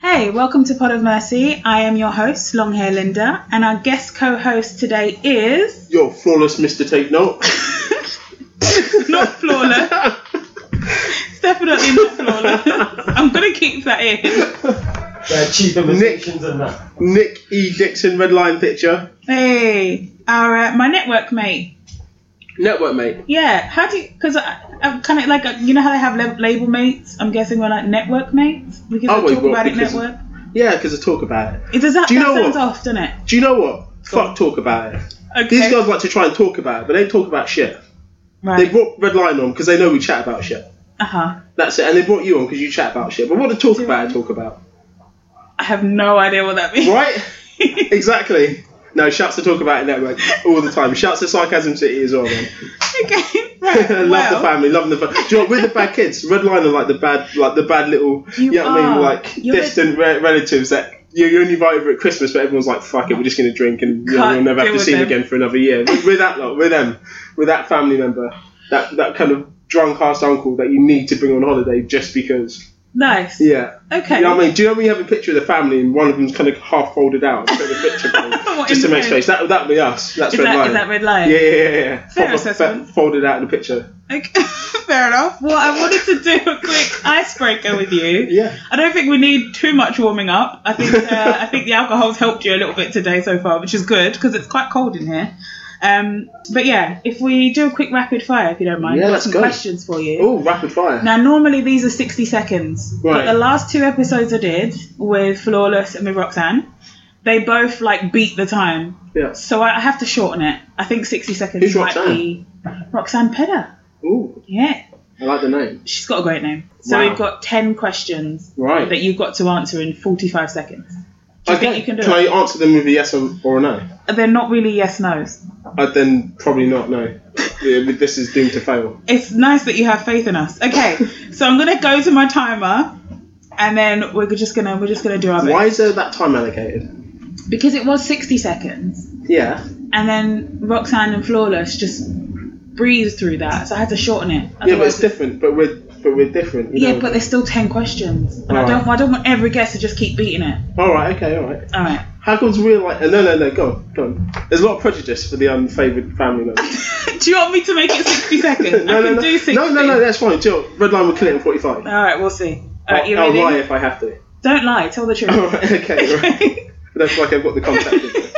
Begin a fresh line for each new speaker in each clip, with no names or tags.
Hi, welcome to Pod of Mercy. I am your host, Long Hair Linda, and our guest co host today is
Yo, flawless Mr. Take Note.
not flawless. It's definitely not flawless. I'm going to keep that in.
They're Uh, cheap imitations and that.
Nick E. Dixon, Red Lion Picture.
Hey, our, uh, my network mate.
Network, mate.
Yeah, how do you, because I'm kind of like, uh, you know how they have lab- label mates? I'm guessing we're like network mates? We can
Oh,
talk
wait, well,
about it
because-
network.
Yeah, because I talk about it.
It does that,
Do you
that
know
sounds
what?
off, doesn't it?
Do you know what? Fuck talk about it.
Okay.
These guys like to try and talk about it, but they don't talk about shit. They
right.
brought Red Lion on because they know we chat about shit.
Uh huh.
That's it. And they brought you on because you chat about shit. But what to talk
Do
about?
I?
Talk about
I have no idea what that means.
right? exactly. No, shouts to talk about it network all the time. Shouts to Sarcasm City as well, man.
okay. Right.
love the
well.
family, love the family. Do you know, what, we're the bad kids. Red Line are like the bad, like the bad little,
You
you, know what I
are.
mean, like
You're the-
distant re- relatives that you're you're only invited over at Christmas, but everyone's like, fuck it, we're just gonna drink and you know,
Can't
we'll never
deal
have to
with
see them
them.
again for another year. We're, we're that lot, we're them, we're that family member, that that kind of drunk ass uncle that you need to bring on holiday just because.
Nice.
Yeah.
Okay.
You know what I mean? Do you know when you have a picture of the family and one of them's kind of half folded out, and put the picture down,
What,
just to
in
make
the-
space? That that'd be us. That's
Is
red
that-
line.
is that red line?
Yeah, yeah, yeah.
Fair
yeah. Proper
assessment.
fe- folded out in the picture.
Okay, fair enough. Well, I wanted to do a quick icebreaker with you.
Yeah.
I don't think we need too much warming up. I think uh, I think the alcohol's helped you a little bit today so far, which is good because it's quite cold in here. Um, but yeah, if we do a quick rapid fire, if you don't mind,
Yeah,
I've got
let's
some
go.
questions for you.
Oh, rapid fire.
Now, normally these are 60 seconds, but
Right.
the last two episodes I did with Flawless and with Roxanne, they both like beat the time.
Yeah.
So I I have to shorten it. I think 60 seconds
Who's
might
Roxanne?
be Roxanne Pedder.
Ooh,
Yeah.
I like the name.
She's got a great name. So
Wow.
we've got 10 questions
Right.
that you've got to answer in 45 seconds. Do you think you can do
I
it?
answer them with a yes or, or a no?
They're not really yes no's.
i then probably not no. Yeah, but this is doomed to fail.
It's nice that you have faith in us. Okay, so I'm gonna go to my timer, and then we're just gonna we're just gonna do our best.
Why is there that time allocated?
Because it was 60 seconds,
Yeah.
and then Roxanne and Flawless just breezed through that, so I had to shorten it.
Yeah, but it's
Otherwise-
different. But we're but we're different. You
yeah,
know?
but there's still 10 questions, and I
Alright.
don't I don't want every guest to just keep beating it.
all right. Okay. All right.
All right.
How comes we're like? No, no, no. Go on. Go on. There's a lot of prejudice for the unfavoured family member.
Do you want me to make it 60 seconds?
no,
I
no,
can
no.
do 60.
no, no, no. That's fine. Jill, red line will kill it in 45.
All right, we'll see. All right,
I'll,
Uh, you
I'll
ready?
lie if I have to.
Don't lie. Tell the
All
truth.
right. Okay. all Right. I don't feel like I've got the contact.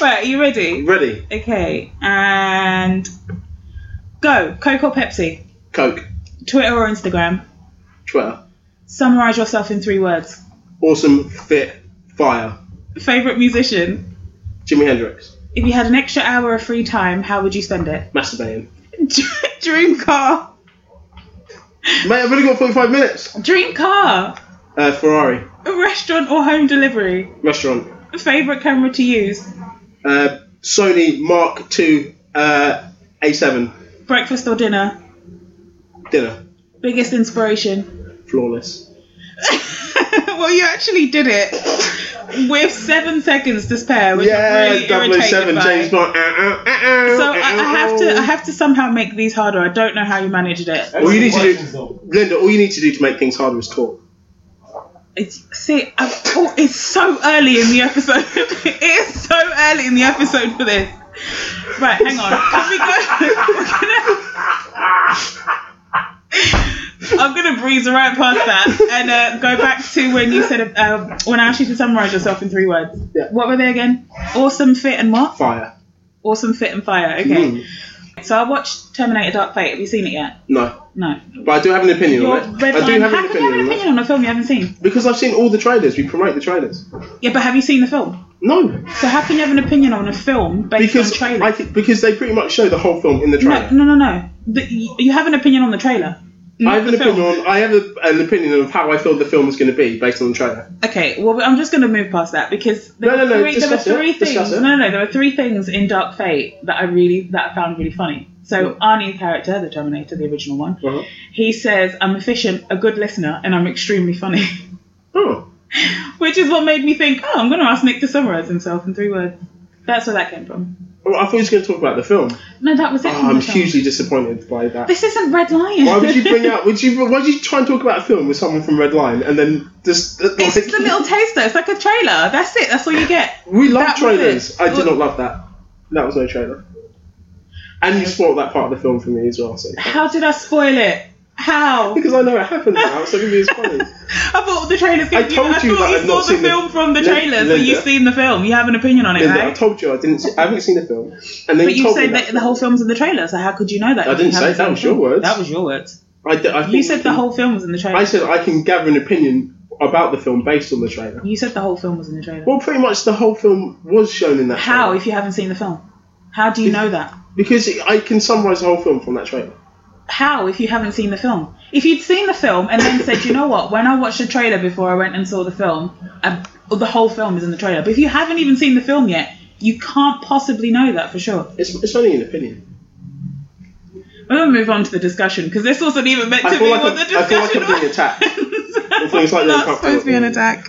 right, are you ready?
Ready?
Okay, and go. Coke or Pepsi?
Coke.
Twitter or Instagram?
Twitter.
Summarize yourself in three words.
Awesome. Fit. Fire.
Favorite musician?
Jimi Hendrix.
If you had an extra hour of free time, how would you spend it?
Masturbating.
Dream car.
Mate, I've only got 45 minutes.
Dream car.
Uh, Ferrari.
Restaurant or home delivery?
Restaurant.
Favorite camera to use?
Uh, Sony Mark II uh, A7.
Breakfast or dinner?
Dinner.
Biggest inspiration?
Flawless.
well, you actually did it with seven seconds to spare. Which
Yeah,
I'm really
007
irritated by.
James Bond. Uh, uh, uh, uh,
So
uh,
I, I have to, I have to somehow make these harder. I don't know how you managed it.
All you need to
Questions though.
do, Linda, uh. all you need to do to make things harder is talk.
It's, see, i oh, it's so early in the episode. it is so early in the episode for this. Right, hang on. Can we go? We're gonna, I'm gonna breeze right past that and uh, go back to when you said uh, when I asked you to summarize yourself in three words.
Yeah.
What were they again? Awesome, fit, and what?
Fire. Mm.
Awesome, fit, and fire.
Hmm.
Okay. So I watched Terminator Dark Fate. Have you seen it yet?
No.
No.
But I do have an opinion
Your
on it.
red
I do
line.
have
How
an
can you have
opinion
an
on it.
opinion on a film you haven't seen?
Because I've seen all the trailers. We promote the trailers.
Yeah, but have you seen the film?
No.
So how can you have an opinion on a film based
Because
on
I
trailers?
thi- because they pretty much show the whole film in the trailer.
No, no, no, no. The, you you have an opinion on the trailer.
I have
not
an
Mm-hmm. the film.
opinion. On, I have a, an opinion of how I feel the film is going to be based on the trailer.
Okay, well, I'm just going to move past that because there
No,
were
no, no,
three, there were
discuss it,
three
discuss
things.
it.
No, no, no, there were three things in Dark Fate that I really that I found really funny. So Arnie's character, the Terminator, the original one,
Uh-huh.
he says, "I'm efficient, a good listener, and I'm extremely funny,"
Oh,
which is what made me think, "Oh, I'm going to ask Nick to summarize himself in three words." That's where that came from.
Oh, I thought he was going to talk about the film.
No, that was it.
Oh,
from
I'm
the film.
hugely disappointed by that.
This isn't Red Lion.
Why would you bring out? Would you? Why would you try and talk about a film with someone from Red Line and then just?
It's just a little taster. It's like a trailer. That's it. That's all you get.
We love
that was
trailers.
it.
I did not love that. That was no trailer. And you spoiled that part of the film for me as well. So
How did I spoil it? How?
because I know it happened now, so it can be as funny.
I thought the trailers.
I
gave
told
I
you that
thought you
I've not
saw the
seen the-
film from the
Lin-
trailers, but you've
Linda.
seen the film. You have an opinion on it,
Linda, I
right?
told you I didn't. See, I haven't seen the film, and then
But you
you told me
said that the whole film's in the trailer, so how could you know that?
I
if
didn't
you haven't
say it, that
seen
was
the film?
your words.
That was your words.
I, d- I
You
think
said the whole film was in the trailer.
I said I can gather an opinion about the film based on the trailer.
you said the whole film was in the trailer.
Well, pretty much the whole film was shown in that.
how,
trailer.
if you haven't seen the film? How do you know that?
Because I can summarize the whole film from that trailer.
How, if you haven't seen the film? If you'd seen the film and then said, you know what, when I watched the trailer before I went and saw the film, I, the whole film is in the trailer. But if you haven't even seen the film yet, you can't possibly know that for sure.
It's, it's only an opinion.
We're going to move on to the discussion because this wasn't even meant to
I
be
feel, like
what
I'm,
the
I feel like
discussion
I'm being
was.
attacked.
It's
things like that
not
can't
supposed to be
follow.
an attack.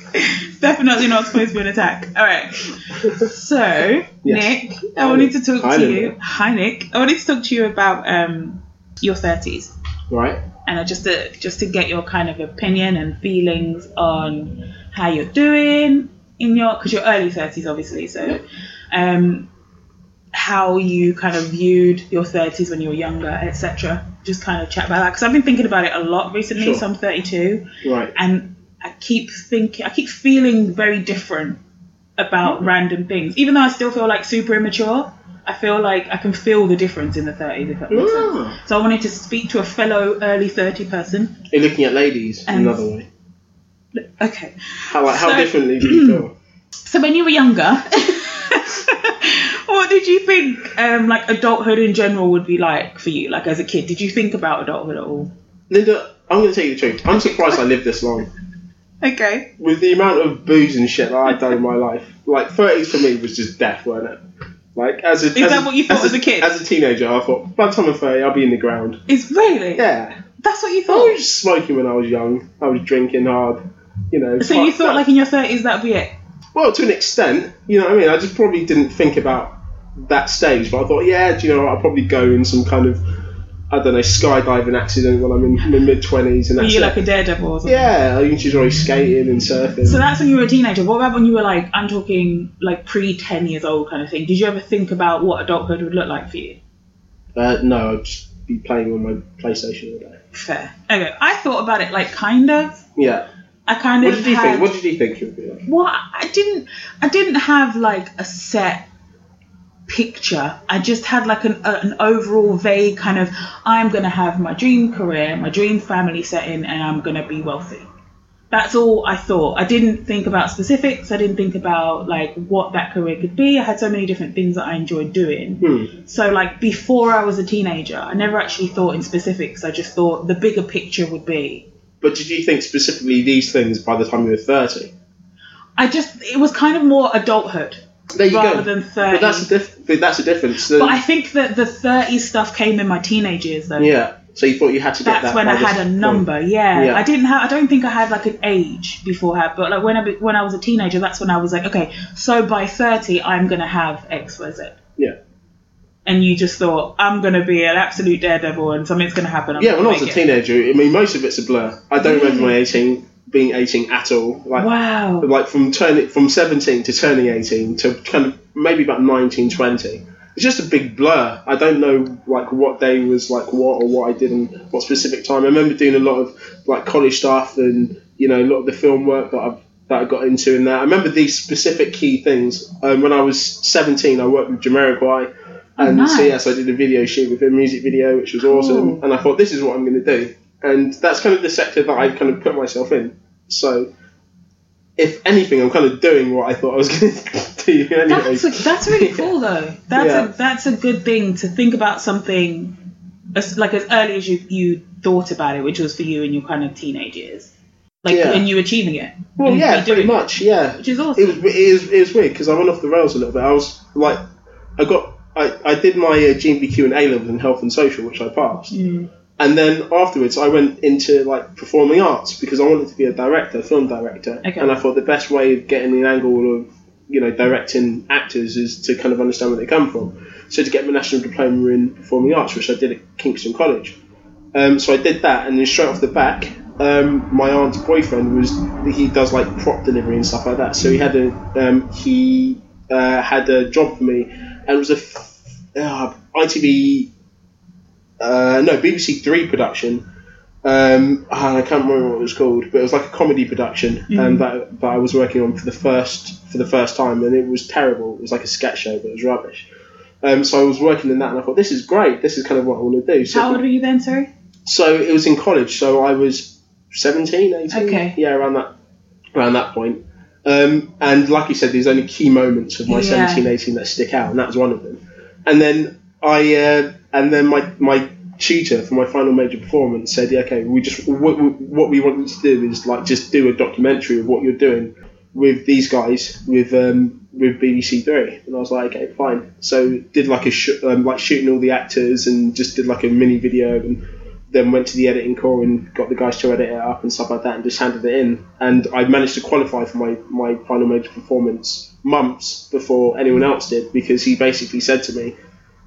Definitely not supposed to be an attack. All right. So, Nick, I
Hi,
wanted to
Nick.
talk
Hi,
to
Linda.
you. Hi, Nick. I wanted to talk to you about um, your thirties,
Right?
and uh, just to just to get your kind of opinion and feelings on how you're doing in your because you're early thirties, obviously. So, um, how you kind of viewed your thirties when you were younger, etc. Just kind of chat about that because I've been thinking about it a lot recently.
Sure.
So I'm 32
Right.
and I keep thinking, I keep feeling very different about
Hmm.
random things. Even though I still feel like super immature, I feel like I can feel the difference in the 30s, if that makes
Ah.
sense. So I wanted to speak to a fellow early 30 person.
You're looking at ladies in
Um,
another way.
Okay.
How, like, how
so-
differently do you feel?
So when you were younger, what did you think um, like adulthood in general would be like for you? Like as a kid, did you think about adulthood at all?
Linda, I'm going to tell you the truth. I'm surprised I lived this long.
Okay.
With the amount of booze and shit that I've done in my life, like 30s for me was just death, weren't it? Like as a, as
that
a,
what you thought as a kid?
As a teenager, I thought by the time I'm 30, I'll be in the ground.
It's really?
Yeah, Oh,
That's what you
I
thought?
was smoking when I was young. I was drinking hard. You know.
So you
fuck
thought
that.
like in your 30s that'd be it?
Well, to an extent, you know what I mean? I just probably didn't think about that stage, but I thought, yeah, do you know what? I'll probably go in some kind of, I don't know, skydiving accident when I'm in my mid 20s and
Were
that's
you
it.
like a daredevil or something?
yeah, I usually enjoy skating and surfing.
So that's when you were a teenager. What about when you were like, I'm talking like pre 10 years old kind of thing? Did you ever think about what adulthood would look like for you?
uh, no, I'd just be playing on my PlayStation all day.
Fair. Okay, I thought about it like kind of.
Yeah.
I kind
What
of.
did you
had,
think? What did you think it would be like?
Well, I didn't. I didn't have like a set picture. I just had like an a, an overall vague kind of. I'm gonna have my dream career, my dream family setting, and I'm gonna be wealthy. That's all I thought. I didn't think about specifics. I didn't think about like what that career could be. I had so many different things that I enjoyed doing. So like before I was a teenager, I never actually thought in specifics. I just thought the bigger picture would be
But did you think specifically these things by the time you were 30?
I just it was kind of more adulthood.
There you
Rather
go.
than
But that's
30.
a, diff- but that's a difference.
But I think that the 30 stuff came in my teenage years though.
yeah. So you thought you had to get
That's
that
when
by
I
this
had a
point.
number. Yeah.
Yeah.
I didn't have I don't think I had like an age before that, but like when I be- when I was a teenager, that's when I was like, okay, so by 30 I'm going to have X Y Z.
Yeah.
And you just thought I'm going to be an absolute daredevil and something's going to happen. I'm
Yeah, when
gonna
I was a
make it.
teenager, I mean, most of it's a blur. I don't remember my eighteen being eighteen at all. Like,
Wow.
like from turning from seventeen to turning eighteen to kind of maybe about 19, 20. It's just a big blur. I don't know like what day was like what or what I did and what specific time. I remember doing a lot of like college stuff and you know a lot of the film work that I that I got into in that. I remember these specific key things. Um, when I was seventeen, I worked with Jamiroquai. And
Oh, nice.
so yes, I did a video shoot with him, music video, which was awesome. And I thought, this is what I'm going to do. And that's kind of the sector that I kind of put myself in. So, if anything, I'm kind of doing what I thought I was going to do anyway.
That's a, that's really cool though. That's
Yeah.
a that's a good thing to think about something as like as early as you you thought about it, which was for you in your kind of teenage years, like
Yeah.
and you achieving it.
well,
and
yeah,
you doing
pretty much, yeah.
it, which is awesome.
It was it is it was weird because I went off the rails a little bit. I was like, I got I, I did my uh, GMBQ and A level in health and social, which I passed. And then afterwards, I went into like performing arts because I wanted to be a director, film director.
Okay.
And I thought the best way of getting an angle of you know directing actors is to kind of understand where they come from. So to get my national diploma in performing arts, which I did at Kingston College, um, so I did that, and then straight off the back, um, my aunt's boyfriend was he does like prop delivery and stuff like that. So he had a um, he uh, had a job for me, and it was a f- uh, ITV uh, no BBC Three production. Um, and I can't remember what it was called, but it was like a comedy production um, that, that I was working on for the first for the first time, and it was terrible. It was like a sketch show, but it was rubbish. Um, so I was working in that, and I thought this is great. This is kind of what I want to do. So
How old were you then, sorry?
so it was in college so i was 17 18
Okay.
yeah around that around that point um, and like you said there's only key moments of my
Yeah.
17 18 that stick out and that was one of them and then i uh, and then my my tutor for my final major performance said yeah, okay we just what, what we want you to do is like just do a documentary of what you're doing with these guys with um, with BBC Three, and I was like, okay, fine. So did like a sh- um, like shooting all the actors and just did like a mini video, and then went to the editing core and got the guys to edit it up and stuff like that, and just handed it in. And I managed to qualify for my my final major performance months before anyone else did because he basically said to me.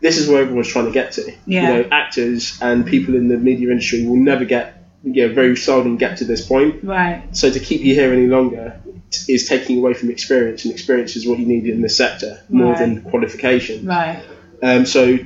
This is where everyone's trying to get to.
Yeah.
You know, actors and people in the media industry will never get, you know, very seldom get to this point.
Right.
So to keep you here any longer t- is taking away from experience, and experience is what you need in this sector more
Right.
than qualification.
Right.
Um, so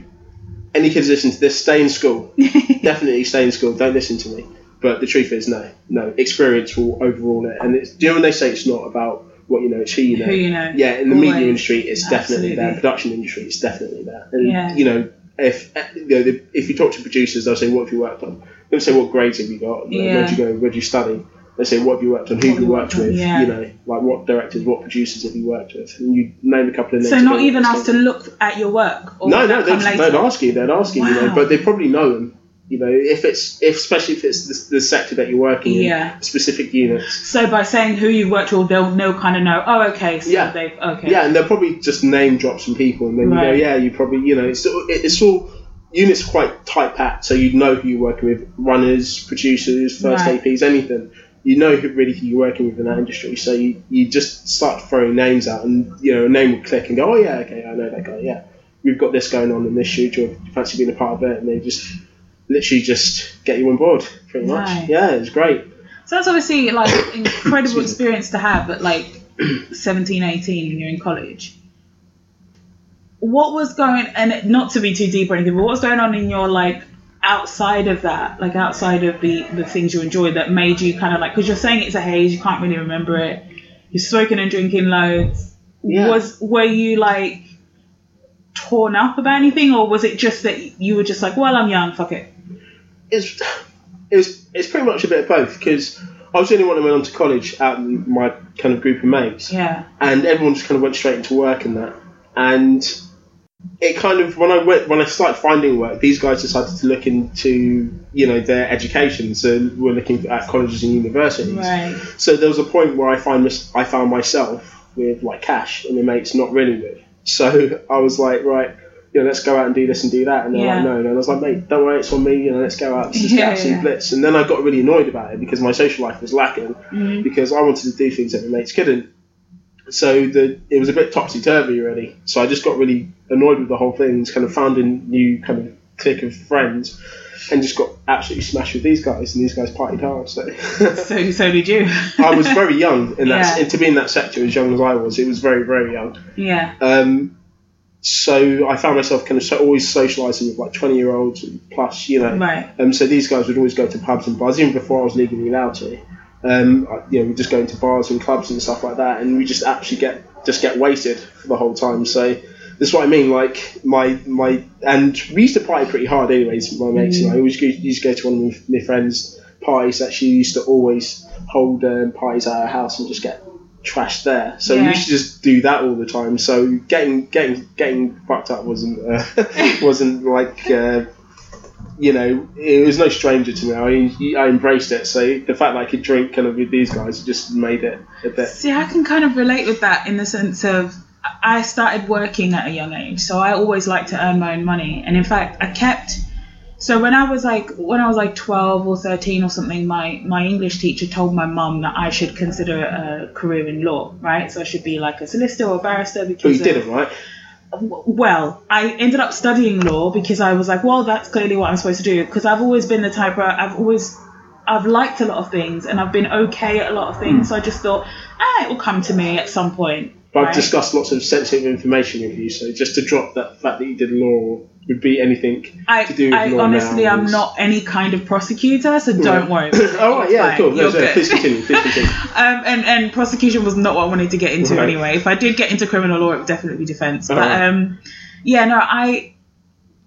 any kids listen to this, stay in school. Definitely stay in school. Don't listen to me. But the truth is, no, no. Experience will overrule it, and it's do you know when they say it's not about what you know, it's who you know.
Who you know.
Yeah, in the media
Always.
industry, it's definitely there.
Absolutely.
Production industry, it's definitely there. And
Yeah.
you know, if you know, the- if you talk to producers, they'll say, "What have you worked on?" They'll say, "What grades have you got? You know, Where'd you
Yeah.
go? Where'd you study?" They say, "What have you worked on? Who
What
have you worked with?
Yeah.
You know, like what directors, what producers have you worked with?" And you name a couple of names.
So not
again,
even
it's
asked to
like-
look at your work. Or
No,
would
no,
that come
they'd,
later?
they'd ask you. They'd ask you. You know,
Wow.
but they probably know them. You know, if it's if especially if it's the, the sector that you're working
Yeah.
in, specific units.
So by saying who you worked with, they'll know kind of know. Oh, okay. So
Yeah.
they've okay.
Yeah, and they'll probably just name drop some people, and then you go,
Right.
yeah, you probably, you know, it's all, it's all units are quite tight packed, so you know who you're working with, runners, producers, first
Right.
APs, anything. You know who really who you're working with in that industry, so you, you just start throwing names out, and you know a name will click and go, oh yeah, okay, I know that guy, yeah, we've got this going on in this shoot, or do you fancy being a part of it, and they just literally just get you on board, pretty much.
Right.
Yeah, it's great.
So that's obviously like incredible
me.
experience to have at like 17, 18 when you're in college. What was going and not to be too deep or anything, but what was going on in your like outside of that, like outside of the the things you enjoyed that made you kind of like because you're saying it's a haze, you can't really remember it. You're smoking and drinking loads.
Yeah.
Was were you like torn up about anything, or was it just that you were just like, well, I'm young, fuck it.
it's it was it's pretty much a bit of both because I was the only one who went on to college out in my kind of group of mates,
Yeah.
and everyone just kind of went straight into work and that. And it kind of when I went when I started finding work, these guys decided to look into you know their education, so we're looking at colleges and universities.
Right.
So there was a point where I find mis- I found myself with like cash and my mates not really with. So I was like, right, you know, let's go out and do this and do that. And they're
Yeah.
like, no, no. And I was like, mate, don't worry, it's on me. You know, let's go out, let's just
Yeah,
get out some
yeah.
blitz. And then I got really annoyed about it because my social life was lacking
Mm-hmm.
because I wanted to do things that my mates couldn't. So the it was a bit topsy turvy really. So I just got really annoyed with the whole thing. Just kind of found a new kind of clique of friends, and just got absolutely smashed with these guys. And these guys partied hard. So
So so did you.
I was very young in that,
Yeah.
and to be in that sector as young as I was, it was very, very young.
yeah.
Um, so I found myself kind of so, always socialising with like twenty year olds and plus, you know.
Right.
Um, so these guys would always go to pubs and bars even before I was legally allowed to. Um, I- you know, we'd just go into bars and clubs and stuff like that, and we just actually get just get wasted for the whole time. So that's what I mean. Like my my and we used to party pretty hard, anyways. My mates and I always go, used to go to one of my friends' parties that she used to always hold um, parties at her house and just get trashed there. So we
Yeah.
used to just do that all the time. So getting getting getting fucked up wasn't uh, wasn't like. Uh, you know, it was no stranger to me. I, I embraced it. So the fact that I could drink kind of with these guys just made it a bit.
See, I can kind of relate with that in the sense of I started working at a young age, so I always liked to earn my own money. And in fact, I kept So when I was like when I was like 12 or 13 or something, my my English teacher told my mum that I should consider a career in law, right? So I should be like a solicitor or barrister
But
because
Oh, you
of-
didn't, right?
well, I ended up studying law because I was like, well, that's clearly what I'm supposed to do. Because I've always been the type where I've always, I've liked a lot of things and I've been okay at a lot of things. So I just thought, ah, it will come to me at some point.
Hmm. But
right?
I've discussed lots of sensitive information with you, so just to drop that fact that you did law would be anything
I,
to do with
I
law
honestly,
now
I'm
is-
not any kind of prosecutor, so don't worry.
All right, Oh, yeah,
It's fine.
cool. No,
You're
sorry,
good.
please continue. Please continue.
um, and and prosecution was not what I wanted to get into
Right.
anyway. If I did get into criminal law, it would definitely be defense. But
Alright.
um, yeah, no, I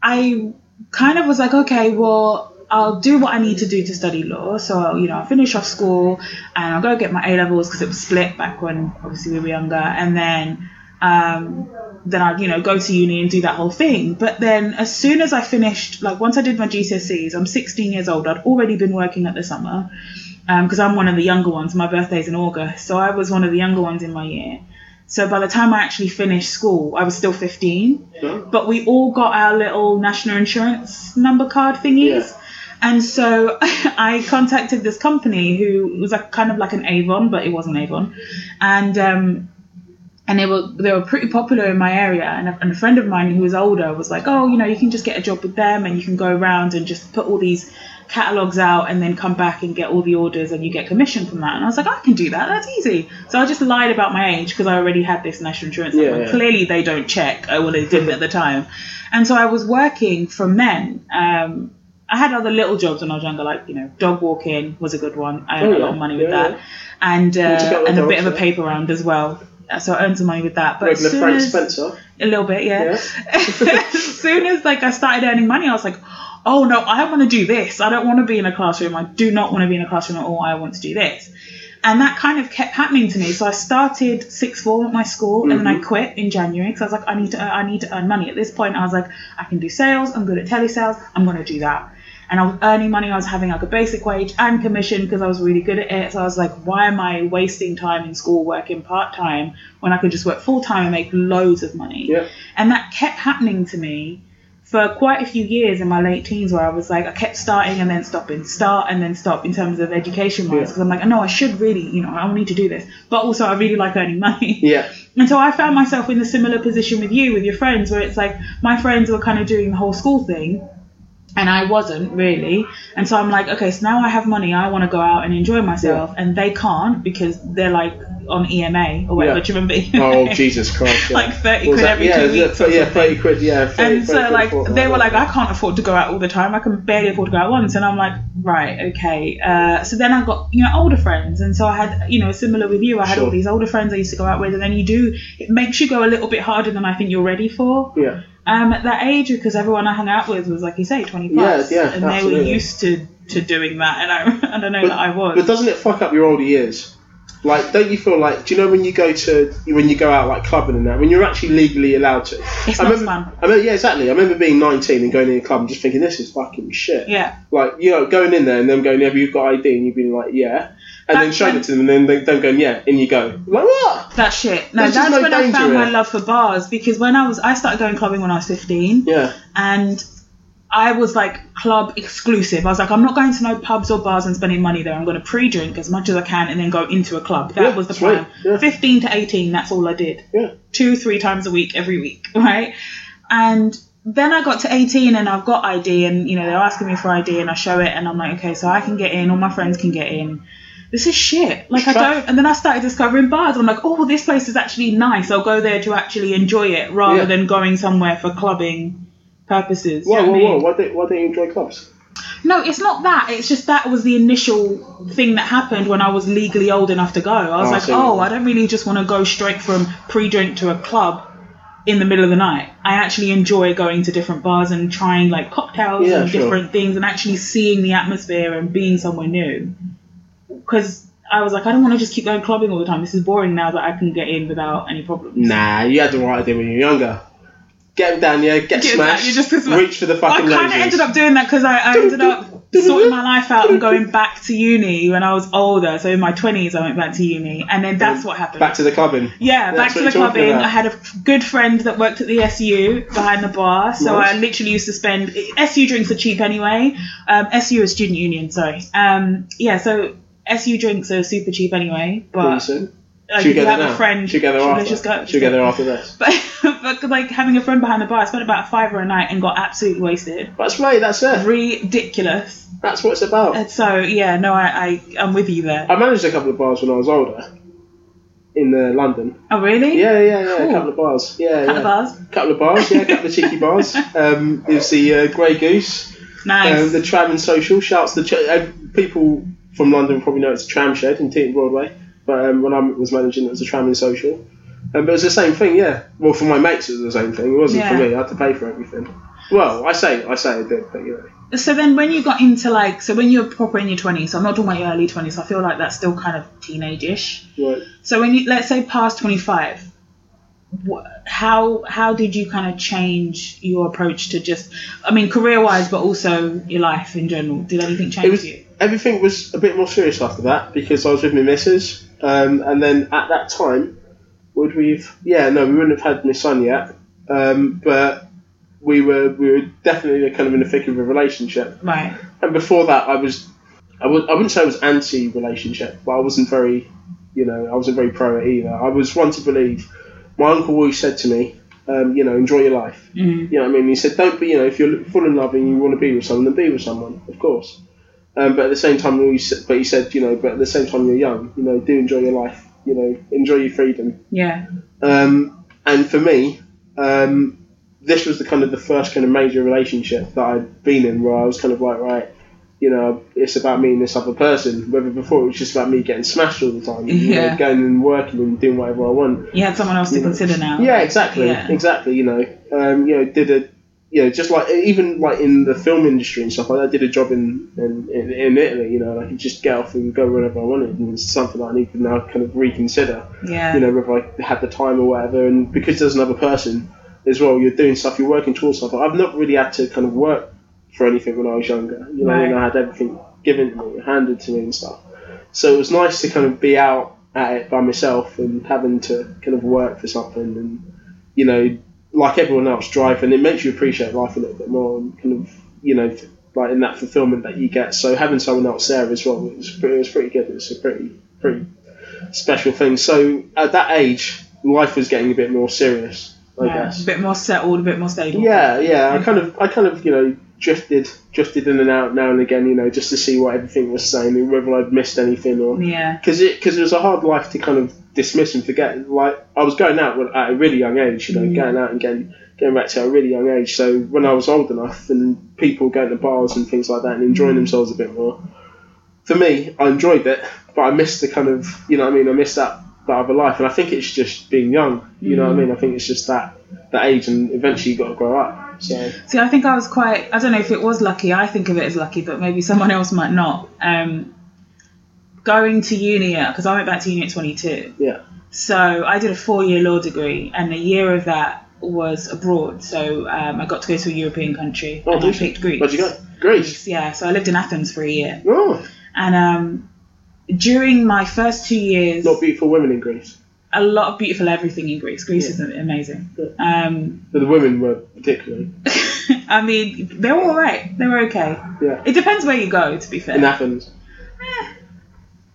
I kind of was like, okay, well, I'll do what I need to do to study law. So I'll, you know, I'll finish off school and I'll go get my A levels because it was split back when obviously we were younger, and then. Um, then I'd, you know, go to uni and do that whole thing. But then as soon as I finished, like once I did my GCSEs, I'm 16 years old, I'd already been working at the summer because I'm one of the younger ones. My birthday's in August, so I was one of the younger ones in my year. So by the time I actually finished school, I was still 15. But we all got our little national insurance number card thingies.
Yeah.
And so I contacted this company who was like kind of like an Avon, but it wasn't Avon. And um, and they were they were pretty popular in my area and a, and a friend of mine who was older was like oh you know you can just get a job with them and you can go around and just put all these catalogs out and then come back and get all the orders and you get commission from that and i was like i can do that that's easy so i just lied about my age because i already had this national insurance
Yeah,
number.
yeah.
clearly they don't check or well, they didn't at the time and so i was working from then um, i had other little jobs when i was younger like you know dog walking was a good one i earned
Oh,
a lot
yeah.
of money with
Yeah,
that
yeah.
and
What you got
uh,
with
and a
dogs,
bit of a
yeah?
paper round as well. Uh, So I earned some money with that. But as
Regular
soon
Frank
as,
Spencer.
a little bit, yeah.
Yeah.
as soon as like I started earning money, I was like, oh no, I want to do this. I don't want to be in a classroom. I do not want to be in a classroom at all. I want to do this. And that kind of kept happening to me. So I started sixth form at my school, and then I quit in January because I was like, I need to, I need to earn money. At this point, I was like, I can do sales. I'm good at telesales. I'm gonna do that. And I was earning money. I was having like a basic wage and commission because I was really good at it. So I was like, why am I wasting time in school working part time when I could just work full time and make loads of money?
Yeah.
And that kept happening to me for quite a few years in my late teens where I was like, I kept starting and then stopping, start and then stop in terms of education wise.
Yeah.
Because I'm like, no, I should really, you know, I need to do this. But also, I really like earning money.
Yeah.
And so I found myself in a similar position with you, with your friends, where it's like my friends were kind of doing the whole school thing. And I wasn't really. And so I'm like, okay, so now I have money. I want to go out and enjoy myself. And they can't because they're like on EMA or whatever.
Yeah.
Do you remember? E
Oh
EMA?
Jesus Christ! Yeah.
Like 30
What was
quid
that?
every
yeah,
two
is it-
weeks or
Yeah, thirty quid. Yeah. 30,
and so
30,
like
40,
they were like i can't afford to go out all the time i can barely afford to go out once and i'm like right okay uh, so then i got you know older friends and so i had you know similar with you i had
Sure.
all these older friends i used to go out with and then you do it makes you go a little bit harder than i think you're ready for
Yeah.
um, at that age because everyone i hung out with was like you say 20 plus
Yeah, yeah,
and they were
absolutely.
used to to doing that and i, I don't know that i was
But doesn't it fuck up your older years? Like, don't you feel like? Do you know when you go to when you go out like clubbing and that when you're actually legally allowed to?
It's
I
not
remember,
fun.
I remember, yeah, exactly. I remember being 19 and going in a club and just thinking this is fucking shit.
yeah
Like you know, going in there and them going, "Have you got ID?" and you've been like, "Yeah," and then
That's
showing
when-
it to them and then they- them going, "Yeah," and you go, "Like what?"
that shit no
There's just
that's
no
when i
danger eh?
found
in
my
it.
love for bars because when i was i started going clubbing when i was 15
Yeah.
and I was like club exclusive. I was like, I'm not going to no pubs or bars and spending money there. I'm going to pre-drink as much as I can and then go into a club. That
Yeah,
was the
that's right.
plan.
Yeah.
15 to 18, that's all I did.
Yeah.
Two, three times a week, every week, right? And then I got to 18 and I've got ID and you know they're asking me for ID and I show it and I'm like, okay, so I can get in, all my friends can get in. This is shit. Like I don't. And then I started discovering bars. I'm like, oh, this place is actually nice. I'll go there to actually enjoy it rather
Yeah.
than going somewhere for clubbing purposes. you
Whoa,
know what I
whoa,
mean?
whoa! Why don't, why don't you enjoy clubs?
No, it's not that. It's just that was the initial thing that happened when I was legally old enough to go. I was
Oh, I
like,
see.
oh, I don't really just want to go straight from pre drink to a club in the middle of the night. I actually enjoy going to different bars and trying like cocktails
Yeah,
and
sure.
different things and actually seeing the atmosphere and being somewhere new. Because I was like, I don't want to just keep going clubbing all the time. This is boring now that I can get in without any problems.
Nah, you had the right idea when you were younger. Get them down, yeah, get
Get them down,
smashed,
you just-
reach for the fucking
I kind of
lasers.
ended up doing that because I, I ended up sorting my life out and going back to uni when I was older. So in my twenties, I went back to uni, and then that's what happened.
Back to the clubbing.
Yeah,
That's
back to
what
the
you're talking
clubbing.
about.
I had a f- good friend that worked at the SU behind the bar, so
Nice.
I literally used to spend SU drinks are cheap anyway. Um, SU is student union, sorry. Um, yeah, so SU drinks are super cheap anyway.
Pretty
But
soon.
like,
Should we
if Oh, you
go there
have
now?
a friend,
Should we go there
should
after?
I just go?
Should we go there after this?
But, but like having a friend behind the bar, I spent about five or a night and got absolutely wasted.
That's right. That's it.
Ridiculous.
That's what it's about.
And so yeah, no, I, I I'm with you there.
I managed a couple of bars when I was older in uh, London.
Oh really?
Yeah, yeah, yeah. A
Cool.
couple of bars. Yeah,
At the
yeah.
bars.
Couple of bars. Yeah, a couple of cheeky bars. Um, it was the uh, Grey Goose,
Nice.
um, the Tram and Social. Shouts the ch- uh, people from London probably know it's Tram Shed in Teton Broadway, but um, when I was managing, it was the Tram and Social. Um, but it was the same thing, yeah. Well, for my mates, it was the same thing. It wasn't for
Yeah.
me. I had to pay for everything. Well, I say, I say I did, but you know.
So then, when you got into like, so when you were proper in your twenties, so I'm not talking about your early twenties. I feel like that's still kind of teenage-ish.
Right.
So when you let's say past twenty-five, wh- how how did you kind of change your approach to just, I mean, career-wise, but also your life in general? Did anything change
it was
you?
everything was a bit more serious after that because I was with my missus, um, and then at that time, would we've yeah no we wouldn't have had my son yet, um, but we were we were definitely kind of in the thick of a relationship,
Right.
and before that I was I would I wouldn't say I was anti relationship, but I wasn't very you know I wasn't very pro it either. I was one to believe. My uncle always said to me, um, you know, enjoy your life
Mm.
you know what I mean? He said, don't be, you know, if you're full in love and you want to be with someone, then be with someone, of course. Um, but at the same time, he said, but he said, you know, but at the same time, you're young, you know, do enjoy your life, you know, enjoy your freedom.
Yeah.
Um, and for me, um, this was the kind of the first kind of major relationship that I'd been in where I was kind of like, right, you know, it's about me and this other person. Whether before it was just about me getting smashed all the time, you know,
Yeah.
going and working and doing whatever I want.
You had someone else to
You know.
consider now.
Yeah, exactly,
Yeah.
exactly. You know, um, you know, did a, you know, just like even like in the film industry and stuff like that. I did a job in in, in, in Italy. You know, I could just get off and go wherever I wanted, and it's something that I need to now kind of reconsider.
Yeah.
You know, whether I had the time or whatever, and because there's another person as well, you're doing stuff, you're working towards stuff. I've not really had to kind of work for anything when I was younger. You know,
Right.
and I had everything given to me, handed to me, and stuff. So it was nice to kind of be out at it by myself and having to kind of work for something and you know, like everyone else, drive and it makes you appreciate life a little bit more and kind of you know, like in that fulfillment that you get. So having someone else there as well it was pretty, it was pretty good. It's a pretty pretty special thing. So at that age, life was getting a bit more serious, I
Yeah.
guess.
A bit more settled, a bit more stable.
Yeah, yeah. I kind of, I kind of, you know, drifted, drifted in and out now and again, you know, just to see what everything was saying and whether I'd missed anything or
Yeah.
because it because it was a hard life to kind of dismiss and forget. Like I was going out when- at a really young age, you
Mm.
know, going out and getting getting back to a really young age. So when I was old enough and people going to bars and things like that and enjoying
Mm.
themselves a bit more, for me, I enjoyed it, but I missed the kind of you know what I mean I missed that that other life, and I think it's just being young. You know
Mm.
what I mean? I think it's just that that age, and eventually you got to grow up. So
See, I think I was quite. I don't know if it was lucky. I think of it as lucky, but maybe someone else might not. Um, going to uni because I went back to uni at 22.
yeah,
So I did a four-year law degree, and a year of that was abroad. So um, I got to go to a European country, and I picked Greece.
Oh, Where'd you go? Greece.
Yeah, so I lived in Athens for a year,
Oh,
and um, during my first two years,
not beautiful women in Greece.
a lot of beautiful everything in Greece. Greece
Yeah.
is amazing.
Yeah.
Um,
But the women were particularly
I mean, they were all right. They were okay.
yeah.
It depends where you go, to be fair.
in Athens.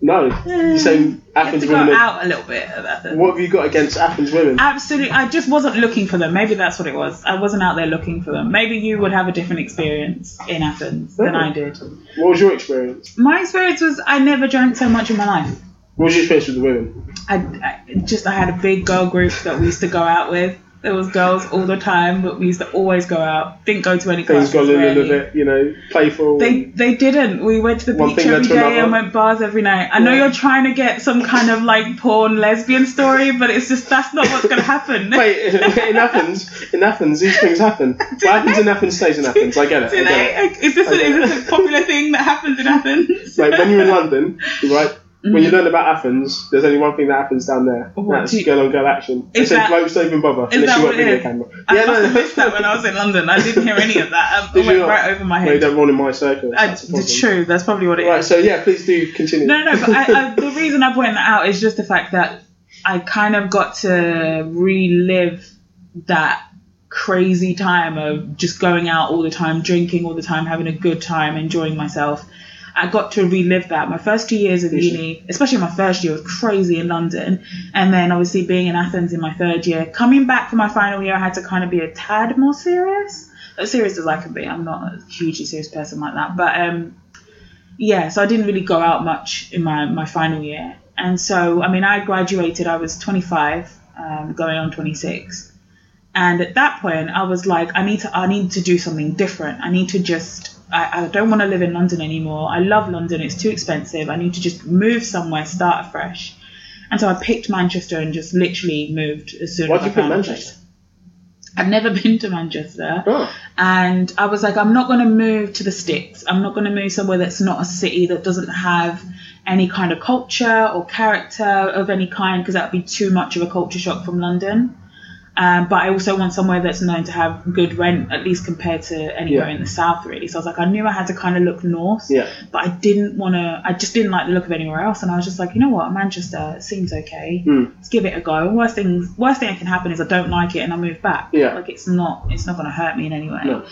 No, you're saying
You have
Athens
to go
women. are-
Hmm. out a little bit. About the-
What have you got against Athens women?
Absolutely, I just wasn't looking for them. Maybe that's what it was. I wasn't out there looking for them. Maybe you would have a different experience in Athens than I did.
What was your experience?
My experience was I never drank so much in my life.
What was your experience with the women?
I, I just I had a big girl group that we used to go out with. There was girls all the time, but we used to always go out. Didn't go to any
Things
classes.
got a little
rarely.
bit, you know, playful.
They
and-
they didn't. We went to the
One
beach
thing led
every
to
day
another.
and went bars every night. I know
Yeah.
you're trying to get some kind of like porn lesbian story, but it's just that's not what's gonna happen.
Wait, in Athens, in Athens, these things happen. What happens in Athens stays in Athens. I get it. I
Do
get it.
they? Is this, a,
Okay.
is this a popular thing that happens in Athens?
Like when you're in London, right? When you learn about Athens, there's only one thing that happens down there.
Mm-hmm. What
that's
do you-
girl on girl action. They
Is
say
that-
blokes don't even bother
is
unless
that
you
what
want
it
video
is?
camera.
I
yeah,
must
no,
have missed that when I was in London. I didn't hear any of that. I,
Did
it
you
went
not?
right over my
no, you
head.
don't roll in my circle.
I,
That's a
the
problem.
true. That's probably what it is.
Right, so yeah, please do continue.
No, no, no, but I, I, the reason I point that out is just the fact that I kind of got to relive that crazy time of just going out all the time, drinking all the time, having a good time, enjoying myself. I got to relive that. My first two years of uni, especially my first year, was crazy in London. And then obviously being in Athens in my third year. Coming back for my final year, I had to kind of be a tad more serious. As serious as I can be. I'm not a hugely serious person like that. But um, yeah, so I didn't really go out much in my, my final year. And so, I mean, I graduated, I was 25, um, going on 26. And at that point, I was like, I need to, I need to do something different. I need to just, I, I don't want to live in London anymore. I love London. It's too expensive. I need to just move somewhere, start afresh. And so I picked Manchester and just literally moved as soon
Why'd
as
you
I
pick
found a place.
Manchester?
I'd never been to Manchester
Oh.
and I was like, I'm not going to move to the sticks. I'm not going to move somewhere that's not a city that doesn't have any kind of culture or character of any kind because that would be too much of a culture shock from London. Um, but I also want somewhere that's known to have good rent, at least compared to anywhere
Yeah.
in the south, really. So I was like, I knew I had to kind of look north,
Yeah.
but I didn't want to. I just didn't like the look of anywhere else, and I was just like, you know what, Manchester seems okay.
Hmm.
Let's give it a go. Worst thing, worst thing that can happen is I don't like it and I move back.
Yeah.
like it's not, it's not going to hurt me in any way
No.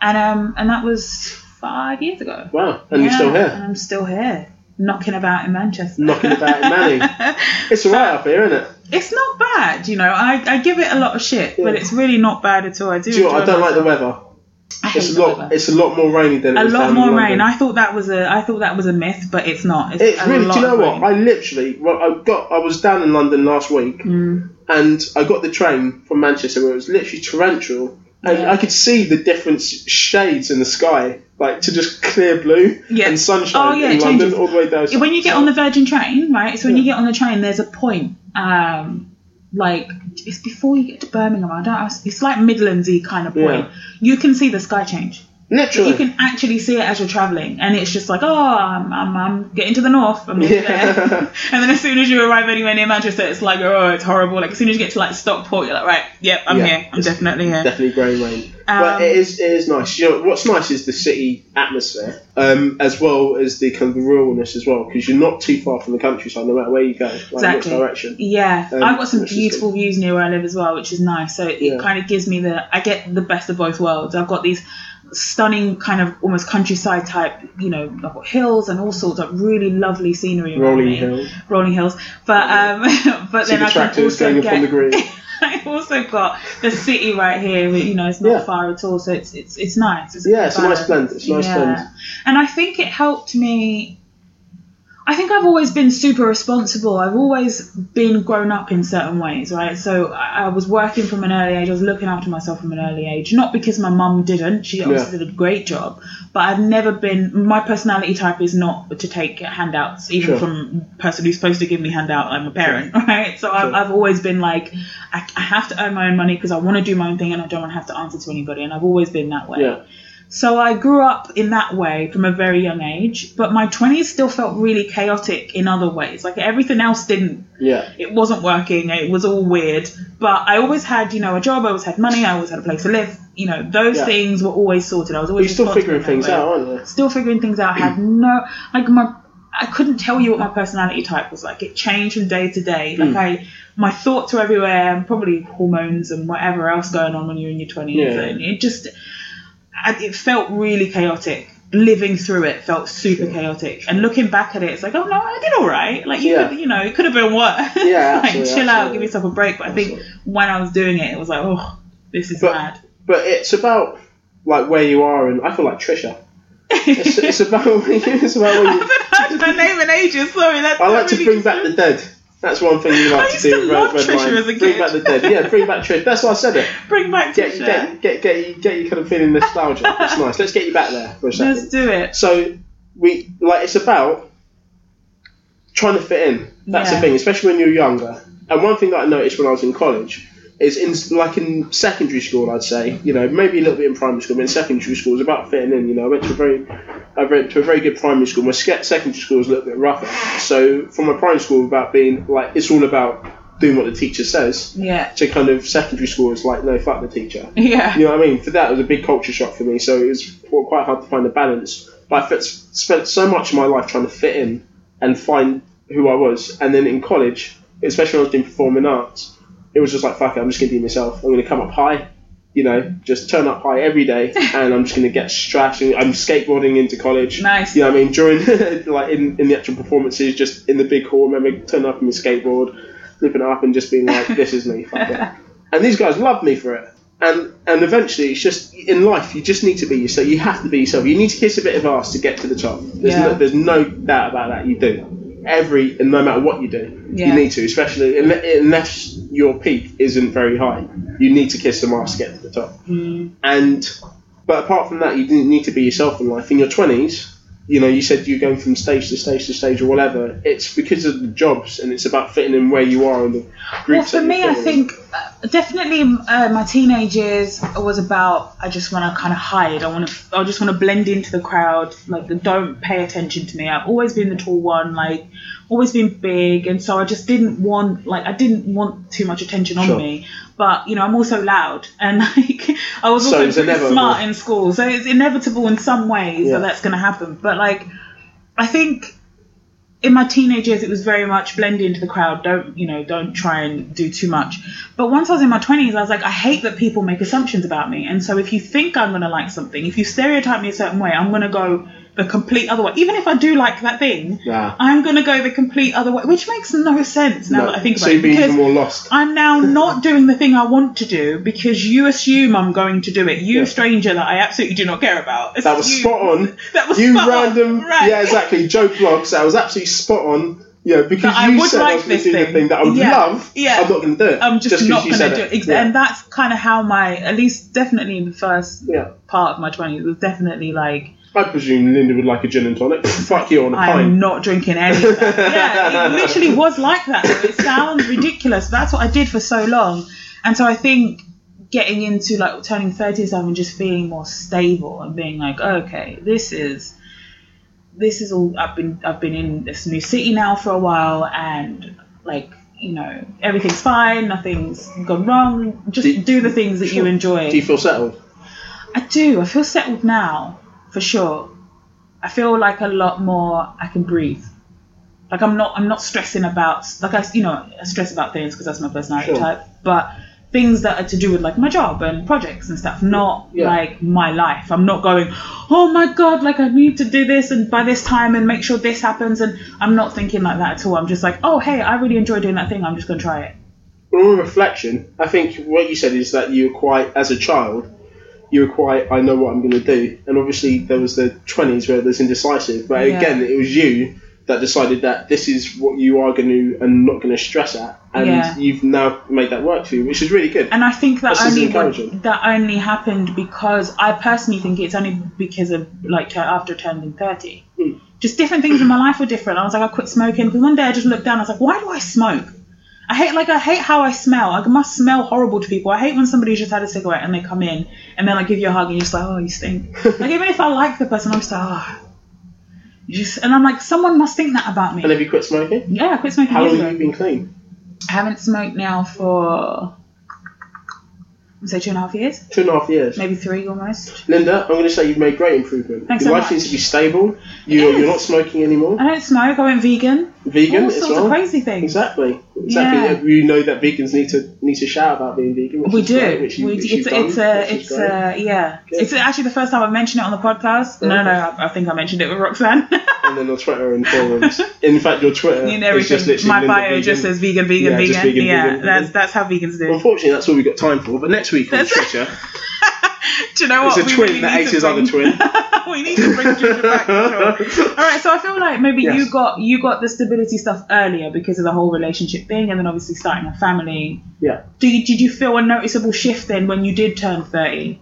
and um, and that was five years ago.
Wow, and you're
Yeah,
still
And
here.
I'm still here, knocking about in Manchester.
Knocking about in Manny. It's alright up here, isn't it?
It's not bad, you know. I, I give it a lot of shit, but
Yeah.
it's really not bad at all. I do.
Do you know what? I
enjoy
don't like the
myself.
weather.
I hate
It's a
the
lot.
weather.
It's a lot more rainy than it
a
is
lot
down
more
in London.
rain. I thought that was a I thought that was a myth, but it's not. It's,
It's
a
really. Do
lot
you know
of
what?
rain.
I literally. Well, I got. I was down in London last week,
Mm.
and I got the train from Manchester, where it was literally torrential, and
Yeah.
I could see the different s- shades in the sky, like to just clear blue
Yeah.
and sunshine
Oh, yeah,
in
it
London
changes.
all the way down.
when you get on the Virgin train, right? So when you get on the train, there's a point, um, like it's before you get to Birmingham. I don't. It's like Midlandsy kind of point.
Yeah.
You can see the sky change.
literally.
you can actually see it as you're traveling, and it's just like, oh, I'm, I'm, I'm getting to the north, I'm getting
Yeah.
there. and then as soon as you arrive anywhere near Manchester, it's like, oh, it's horrible. Like as soon as you get to like Stockport, you're like, right, yep, I'm
Yeah,
here, I'm
it's
definitely here.
definitely grey rain.
Um,
but it is it is nice. You know what's nice is the city atmosphere, um, as well as the kind of ruralness as well, because you're not too far from the countryside, no matter where you go, like
exactly.
which direction.
Yeah,
Um,
I've got some
which is
beautiful views near where I live as well, which is nice. So it
Yeah.
kind of gives me the I get the best of both worlds. I've got these stunning kind of almost countryside type, you know, I've got hills and all sorts of really lovely scenery around
Rolling
me.
hills.
rolling hills. But um, but
See
then
the
I can
tractors going
also
up on the
get
green.
I've also got the city right here. but, You know, it's not
Yeah.
far at all, so it's it's it's nice. It's a
Yeah,
good
it's a nice
balance.
blend. It's a nice blend.
and I think it helped me. I think I've always been super responsible. I've always been grown up in certain ways, right? So I I was working from an early age. I was looking after myself from an early age, not because my mum didn't. She obviously did a great job, but I've never been. My personality type is not to take handouts, even
Sure.
from from person who's supposed to give me handout like my parent right so I've,
Sure.
I've always been like I, I have to earn my own money because i want to do my own thing and i don't want to have to answer to anybody and i've always been that way
Yeah.
so i grew up in that way from a very young age but my 20s still felt really chaotic in other ways like everything else didn't
Yeah.
it wasn't working it was all weird but i always had you know a job i always had money i always had a place to live you know those
Yeah.
things were always sorted i was
You're
always
still
responsible
figuring
in that
things
way
out, aren't you?
still figuring things out. I had
Mm.
no like my I couldn't tell you what my personality type was like. It changed from day to day.
Mm.
Like I my thoughts were everywhere and probably hormones and whatever else going on when you're in your twenties
Yeah.
and it just I, it felt really chaotic. Living through it felt super chaotic, and looking back at it, it's like, oh no, I did all right. Like you,
Yeah.
could, you know, it could have been worse.
Yeah,
like
absolutely,
chill out,
absolutely.
give yourself a break. But I think when I was doing it, it was like, oh, this is
But-
mad.
But it's about like where you are, and I feel like Trisha. It's, it's about it's about where you.
I haven't heard my name in ages. Sorry, that's
I
not
like to
really
bring back the dead. That's one thing you
I
like to
used
do.
to
with
love
Red, Red
Trisha
Line.
as a
Bring
kid.
back the dead. Yeah, bring back Trisha. That's why I said it.
Bring back
Get
Tisha.
get get get you get you kind of feeling nostalgia. That's nice. Let's get you back there for a second.
Let's do it.
So we like it's about trying to fit in. That's
Yeah.
the thing, especially when you're younger. And one thing that I noticed when I was in college is in like in secondary school, I'd say. You know, maybe a little bit in primary school, but in secondary school it was about fitting in. You know, I went to a very, I went to a very good primary school. My sec- secondary school was a little bit rougher. So from my primary school, about being like it's all about doing what the teacher says.
Yeah.
To kind of secondary school is like no fuck the teacher.
Yeah.
You know what I mean? For that, it was a big culture shock for me. So it was quite hard to find a balance. But I fit, spent so much of my life trying to fit in and find who I was. And then in college, especially when I was doing performing arts, it was just like, fuck it, I'm just going to be myself. I'm going to come up high, you know, just turn up high every day. And I'm just going to get stressed. And I'm skateboarding into college.
Nice.
You know what I mean? During, like, in, in the actual performances, just in the big hall, I remember turning up on my skateboard, flipping it up and just being like, this is me, fuck it. And these guys loved me for it and and eventually it's just in life you just need to be yourself you have to be yourself you need to kiss a bit of ass to get to the top there's,
Yeah.
no, there's no doubt about that you do every and no matter what you do
Yeah.
you need to especially unle- unless your peak isn't very high you need to kiss some ass to get to the top
Hmm.
and but apart from that you didn't need to be yourself in life in your 20s you know you said you're going from stage to stage to stage or whatever it's because of the jobs and it's about fitting in where you are and the
Well,
groups
for
that
me,
you're
I
fitting in.
think uh, definitely uh, my teenage years was about I just want to kind of hide. I want to. I just want to blend into the crowd. Like, don't pay attention to me. I've always been the tall one. Like, always been big, and so I just didn't want like I didn't want too much attention on
Sure.
me. But you know, I'm also loud, and like I was
So
also
it's
pretty
inevitable.
smart in school, so it's inevitable in some ways
Yeah.
that that's going to happen. But like, I think in my teenage years, it was very much blend into the crowd. Don't you know? Don't try and do too much. But once I was in my twenties, I was like, I hate that people make assumptions about me. And so if you think I'm gonna like something, if you stereotype me a certain way, I'm gonna go the complete other way. Even if I do like that thing,
Nah.
I'm gonna go the complete other way, which makes no sense now
No.
that I think about
so
it.
you'd be even
because-
more lost
I'm now not doing the thing I want to do because you assume I'm going to do it. You
Yeah.
stranger that I absolutely do not care about. It's
That was
you.
spot on.
That was
you
spot on,
random.
right.
Yeah, exactly. Joe blogs. That was absolutely spot on. Yeah, because
That I
you
would
said I
like
was going
this
to do
thing.
the thing that I would
Yeah,
love.
yeah.
I'm not going to do it.
I'm just,
'cause
not
you
going
said
to do it. Ex-
Yeah.
And that's kind of how my, at least definitely in the first
Yeah.
part of my 20s, was definitely like,
I presume Linda would like a gin and tonic. Fuck you on a
I
pint.
am not drinking any of that. yeah, it literally was like that. though. It sounds ridiculous, but that's what I did for so long. And so I think getting into like turning 30 or something, just being more stable and being like, okay, this is this is all I've been I've been in this new city now for a while and like you know everything's fine nothing's gone wrong just
Do-
do the things that you
Sure.
enjoy
Do you feel settled?
I do. I feel settled now, for sure. I feel like a lot more. I can breathe. Like I'm not. I'm not stressing about. Like I, you know, I stress about things because that's my personality
Sure.
type. But things that are to do with like my job and projects and stuff, not
Yeah.
like my life. I'm not going. Oh my god! Like I need to do this and by this time and make sure this happens. And I'm not thinking like that at all. I'm just like, oh hey, I really enjoy doing that thing. I'm just gonna try it.
on reflection, I think what you said is that you were quite, as a child, you were quite, I know what I'm going to do. And obviously, there was the 20s where there's indecisive. But
Yeah.
again, it was you that decided that this is what you are going to and not going to stress at. And
Yeah.
you've now made that work for you, which is really good.
And I think that
That's just
only
encouraging.
that only happened because I personally think it's only because of like t- after turning thirty.
Mm.
Just different things in my life were different. I was like, I quit smoking because one day I just looked down. I was like, why do I smoke? I hate like I hate how I smell. I must smell horrible to people. I hate when somebody's just had a cigarette and they come in and then I give you a hug and you're just like, oh, you stink. like even if I like the person, I'm just like, oh. You just and I'm like, someone must think that about me.
And have you quit smoking?
yeah, I quit smoking.
How
years
long
ago.
have you been clean?
I haven't smoked now for I'd say two and a half years,
Two and a half years.
maybe three almost.
Linda, I'm going to say you've made great improvement.
Thanks so
Your life
much.
seems to be stable. You,
It
You're
is.
not smoking anymore.
I don't smoke. I went vegan.
Vegan
All
as
sorts
well.
of crazy things.
Exactly. Exactly. You know that vegans need to need to shout about being vegan. Which
We
is
do.
Great, which you,
we do.
which
It's,
you've
it's
done,
a
which is
it's
great.
a yeah.
Good.
It's actually the first time I've mentioned it on the podcast. No,
Yeah.
no, I, I think I mentioned it with Roxanne.
and then on Twitter and forums. In fact, your Twitter
In
is just
everything,
literally
my
Linda
bio
vegan.
just says vegan, vegan,
Yeah,
vegan.
just vegan,
yeah,
vegan,
that's
vegan.
that's how vegans do. it.
Unfortunately, that's all we've got time for. But next week on
That's-
Twitter,
do you know what?
it's a
We
twin
really
that
need
hates
to
his other
bring-
twin.
we need to bring Ginger back. Sure. All right, so I feel like maybe
Yes.
you got you got the stability stuff earlier because of the whole relationship thing, and then obviously starting a family.
yeah.
Do you, did you feel a noticeable shift then when you did turn thirty,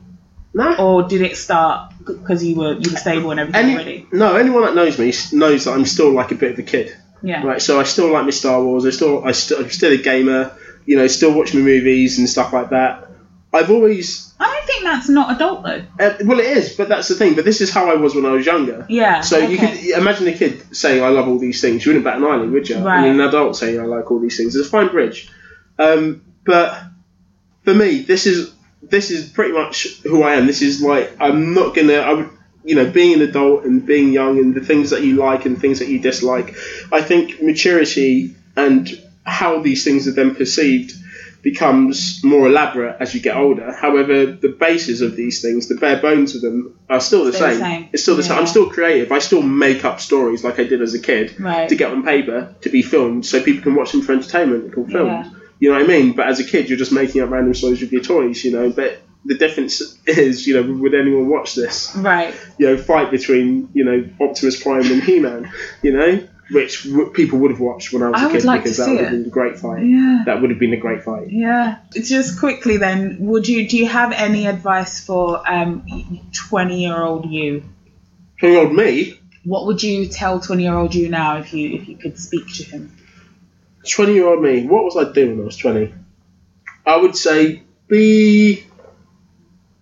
No.
or did it start because you were you were stable and everything
Any,
already?
no, anyone that knows me s- knows that I'm still like a bit of a kid.
Yeah.
Right, so I still like my Star Wars. I still, I st- I'm still a gamer. you know, still watch my movies and stuff like that. I've always,
I don't think that's not adult though.
uh, well, it is, but that's the thing. But this is how I was when I was younger.
Yeah.
So you
okay.
could imagine a kid saying, "I love all these things." You wouldn't bat an eyelid, would you?
Right.
And an adult saying, "I like all these things." It's a fine bridge. Um, but for me, this is this is pretty much who I am. This is like I'm not gonna. I would, you know, being an adult and being young and the things that you like and things that you dislike. I think maturity and how these things are then perceived becomes more elaborate as you get older. However, the bases of these things, the bare bones of them, are still the,
Still the
same.
same.
It's still the same.
Yeah.
I'm still creative. I still make up stories like I did as a kid
Right.
to get on paper to be filmed so people can watch them for entertainment. They're called films.
Yeah.
You know what I mean? But as a kid, you're just making up random stories with your toys. You know, but the difference is, you know, would anyone watch this?
Right.
You know, fight between you know Optimus Prime and He-Man. You know, which w- people would have watched when I was
I
a
would
kid
like
because
to
that
see
would have
it.
been a great fight.
Yeah.
That would have been a great fight.
Yeah. Just quickly then, would you do you have any advice for um twenty year old you?
Twenty year old me,
What would you tell twenty year old you now if you if you could speak to him?
twenty year old me, what was I doing when I was twenty? I would say be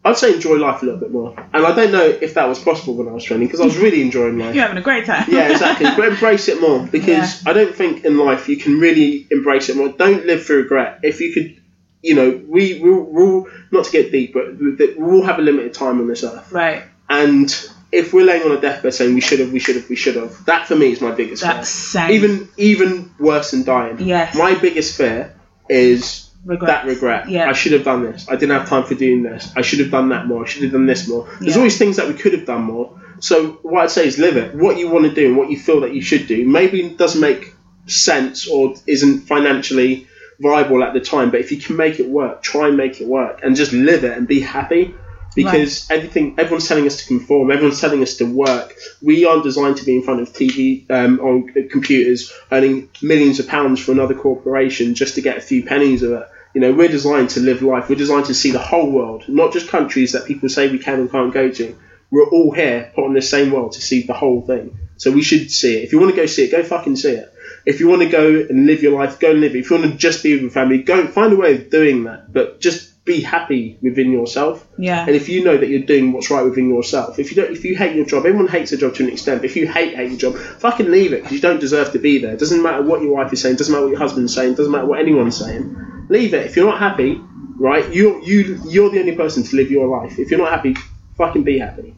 I'd say enjoy life a little bit more. And I don't know if that was possible when I was twenty because I was really enjoying life.
You're having a great time.
yeah, exactly. But embrace it more because I don't think in life you can really embrace it more. Don't live for regret. If you could, you know, we will we'll, not to get deep, but that we'll have a limited time on this earth.
right.
And if we're laying on a deathbed saying we should have, we should have, we should have, that for me is my biggest fear.
That's same.
Even even worse than dying.
Yes.
My biggest fear is
Regret.
that regret.
Yeah.
I should have done this. I didn't have time for doing this. I should have done that more. I should have done this more. There's
Yeah.
always things that we could have done more. So what I'd say is live it. What you want to do and what you feel that you should do maybe doesn't make sense or isn't financially viable at the time, but if you can make it work, try and make it work and just live it and be happy. Because everything, everyone's telling us to conform. Everyone's telling us to work. We aren't designed to be in front of TV um, on computers, earning millions of pounds for another corporation just to get a few pennies of it. You know, we're designed to live life. We're designed to see the whole world, not just countries that people say we can and can't go to. We're all here, put on the same world to see the whole thing. So we should see it. If you want to go see it, go fucking see it. If you want to go and live your life, go and live it. If you want to just be with your family, go and find a way of doing that. But just be happy within yourself.
Yeah.
And if you know that you're doing what's right within yourself, if you don't, if you hate your job, everyone hates their job to an extent. But if you hate hate your job, fucking leave it because you don't deserve to be there. It doesn't matter what your wife is saying, doesn't matter what your husband's saying, doesn't matter what anyone's saying. Leave it. If you're not happy, right? You you you're the only person to live your life. If you're not happy, fucking be happy.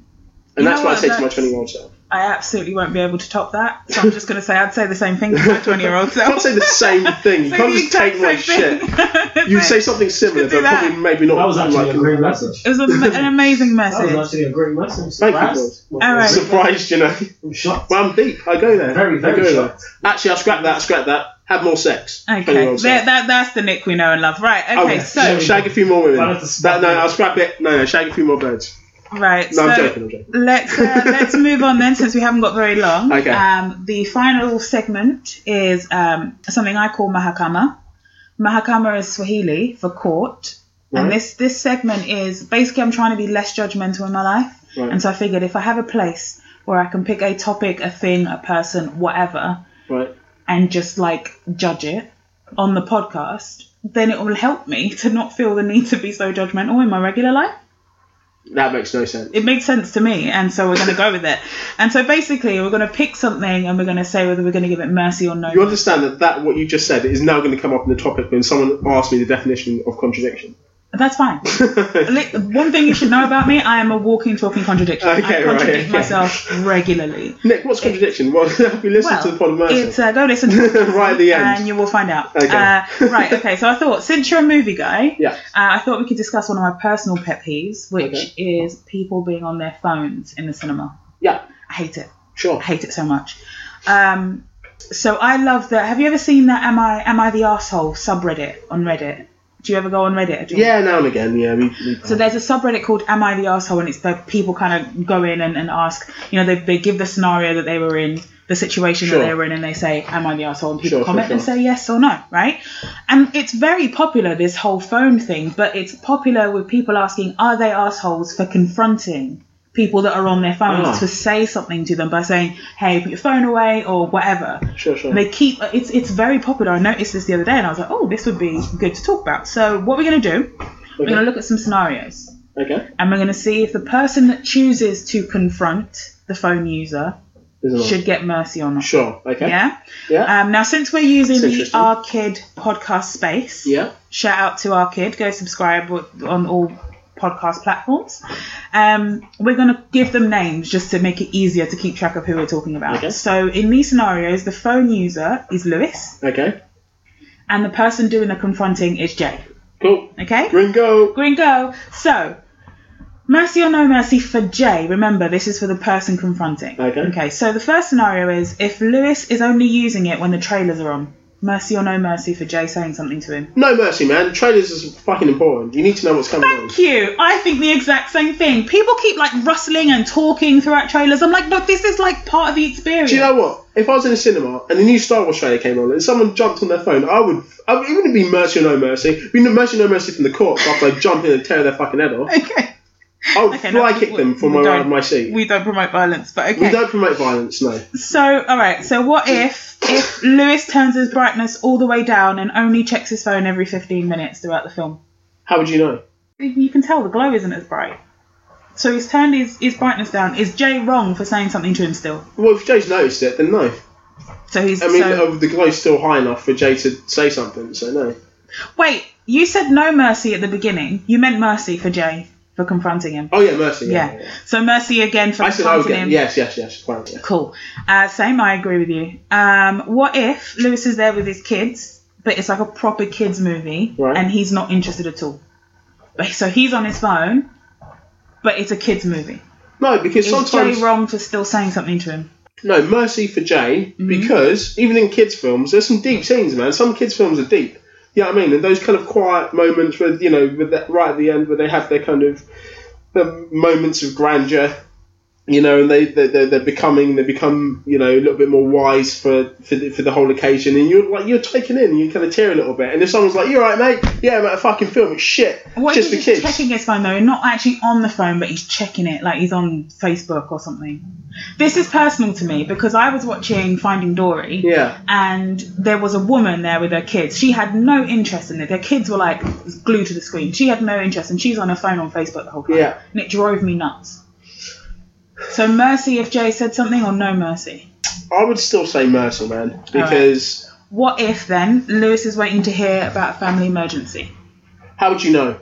You
And that's
know
what I
what,
say to my
that's-
20 year old self.
I absolutely won't be able to top that. So I'm just going to say I'd say the same thing to my 20 year old
You
self.
can't say the same thing. You
Say
can't
the
just take my
exact same
shit.
thing.
You'd say something similar,
do
but
that.
probably maybe not.
That was actually
like-
a great message.
it was am- an amazing
That was
message.
actually a great message.
Thank you,
Surprised?
All right.
Well,
Surprised, you know.
I'm shocked.
Well, I'm deep. I go there.
Very, very
I go
shocked.
there. Actually, I'll scrap that. Scrap that. Have more sex. Hang
Okay,
on,
that,
sorry.
that, that's the Nick we know and love. Right,
Oh,
okay, so,
sh- shag a few more women.
I'll have to
That,
scrap
no,
it.
I'll scrap it. No, no, shag a few more birds.
right,
No, I'm
so
joking. I'm joking.
let's, uh, let's move on then since we haven't got very long.
Okay.
Um, the final segment is um, something I call Mahakama. Mahakama is Swahili for court. And
Right.
this, this segment is basically I'm trying to be less judgmental in my life.
Right.
And so I figured if I have a place where I can pick a topic, a thing, a person, whatever,
Right.
and just like judge it on the podcast, then it will help me to not feel the need to be so judgmental in my regular life.
That makes no sense.
It made sense to me, and so we're going to go with it. And so basically, we're going to pick something and we're going to say whether we're going to give it mercy or no.
You understand that, that what you just said is now going to come up in the topic when someone asks me the definition of contradiction.
That's fine. Li- One thing you should know about me, I am a walking, talking contradiction.
Okay,
I
right,
contradict
okay.
myself regularly.
Nick, what's contradiction? Well, have you listened
Well,
to the pod of mercy?
it's uh, go listen to
right at the end.
and you will find out.
Okay.
Uh, right, okay, so I thought, since you're a movie guy,
Yeah.
uh, I thought we could discuss one of my personal pet peeves, which
Okay.
is people being on their phones in the cinema.
Yeah.
I hate it.
Sure.
I hate it so much. Um, so I love that. Have you ever seen that Am I Am I the Asshole subreddit on Reddit? Do you ever go on Reddit at all?
Yeah, now and again. Yeah. We, we,
So there's a subreddit called Am I the Asshole? And it's where people kind of go in and, and ask, you know, they, they give the scenario that they were in, the situation
Sure.
that they were in, and they say, Am I the asshole? And people
Sure, sure,
comment and
sure.
say yes or no, right? And it's very popular, this whole phone thing, but it's popular with people asking, Are they assholes for confronting people that are on their phones
Ah.
to say something to them by saying, "Hey, put your phone away" or whatever.
Sure, sure.
And they keep it's it's very popular. I noticed this the other day, and I was like, "Oh, this would be good to talk about." So what we're gonna do? We're
Okay.
gonna look at some scenarios,
okay.
and we're gonna see if the person that chooses to confront the phone user
There's another-
should get mercy or not.
Sure. Okay.
Yeah.
Yeah.
Um, now, since we're using
That's
the
interesting.
Our Kid podcast space,
yeah.
shout out to Our Kid. Go subscribe on all podcast platforms. Um, we're going to give them names just to make it easier to keep track of who we're talking about.
Okay.
So, in these scenarios, the phone user is Lewis,
Okay.
and the person doing the confronting is Jay.
Cool.
Okay?
Gringo.
Green go. So, mercy or no mercy for Jay. Remember, this is for the person confronting.
Okay.
Okay. So the first scenario is if Lewis is only using it when the trailers are on. Mercy or no mercy for Jay saying something to him.
No mercy, man. Trailers is fucking important. You need to know what's coming on.
Thank you. I think the exact same thing. People keep like rustling and talking throughout trailers. I'm like, look, this is like part of the experience.
Do you know what? If I was in a cinema and a new Star Wars trailer came on and someone jumped on their phone, I would. I would it wouldn't be mercy or no mercy. It'd be mercy or no mercy from the courts after I jump in and tear their fucking head off.
okay.
I would
Okay, no,
fly
we-
kick them from
we
my,
don't-
my seat.
We don't promote violence, but okay.
We don't promote violence, no.
So, all right. So, what if if Lewis turns his brightness all the way down and only checks his phone every 15 minutes throughout the film?
How would you know?
You can tell the glow isn't as bright. So he's turned his, his brightness down. Is Jay wrong for saying something to him still?
Well, if Jay's noticed it, then no.
So he's
I mean,
so
uh, the glow's still high enough for Jay to say something, so no.
wait. You said no mercy at the beginning. You meant mercy for Jay for confronting him.
Oh, yeah, mercy.
Yeah.
Yeah. yeah, yeah.
So mercy again for
I said I would
confronting
get.
him.
Yes, yes, yes. Quite, yeah.
Cool. Uh, same, I agree with you. Um, what if Lewis is there with his kids, but it's like a proper kids movie,
Right.
and he's not interested at all? But so he's on his phone, but it's a kids movie.
No, because
Is
sometimes.
Jay wrong for still saying something to him?
No, mercy for Jay, because even in kids' films, there's some deep scenes, man. Some kids' films are deep. You know what I mean? And those kind of quiet moments with, you know, with that right at the end where they have their kind of the moments of grandeur, you know, and they, they, they're, they're becoming, they become, you know, a little bit more wise for, for, the, for the whole occasion. And you're like, you're taken in and you kind of tear a little bit. And if someone's like, you're right, mate, yeah, I'm at a fucking film, it's shit.
What
just
if
for
he's
kids.
just checking his phone though? Not actually on the phone, but he's checking it, like he's on Facebook or something. This is personal to me because I was watching Finding Dory.
Yeah.
and there was a woman there with her kids. She had no interest in it. Their kids were like glued to the screen. She had no interest, and she's on her phone on Facebook the whole time.
Yeah.
And it drove me nuts. So mercy if Jay said something, or no mercy.
I would still say mercy, man, because
What if then Lewis is waiting to hear about a family emergency?
How would you know?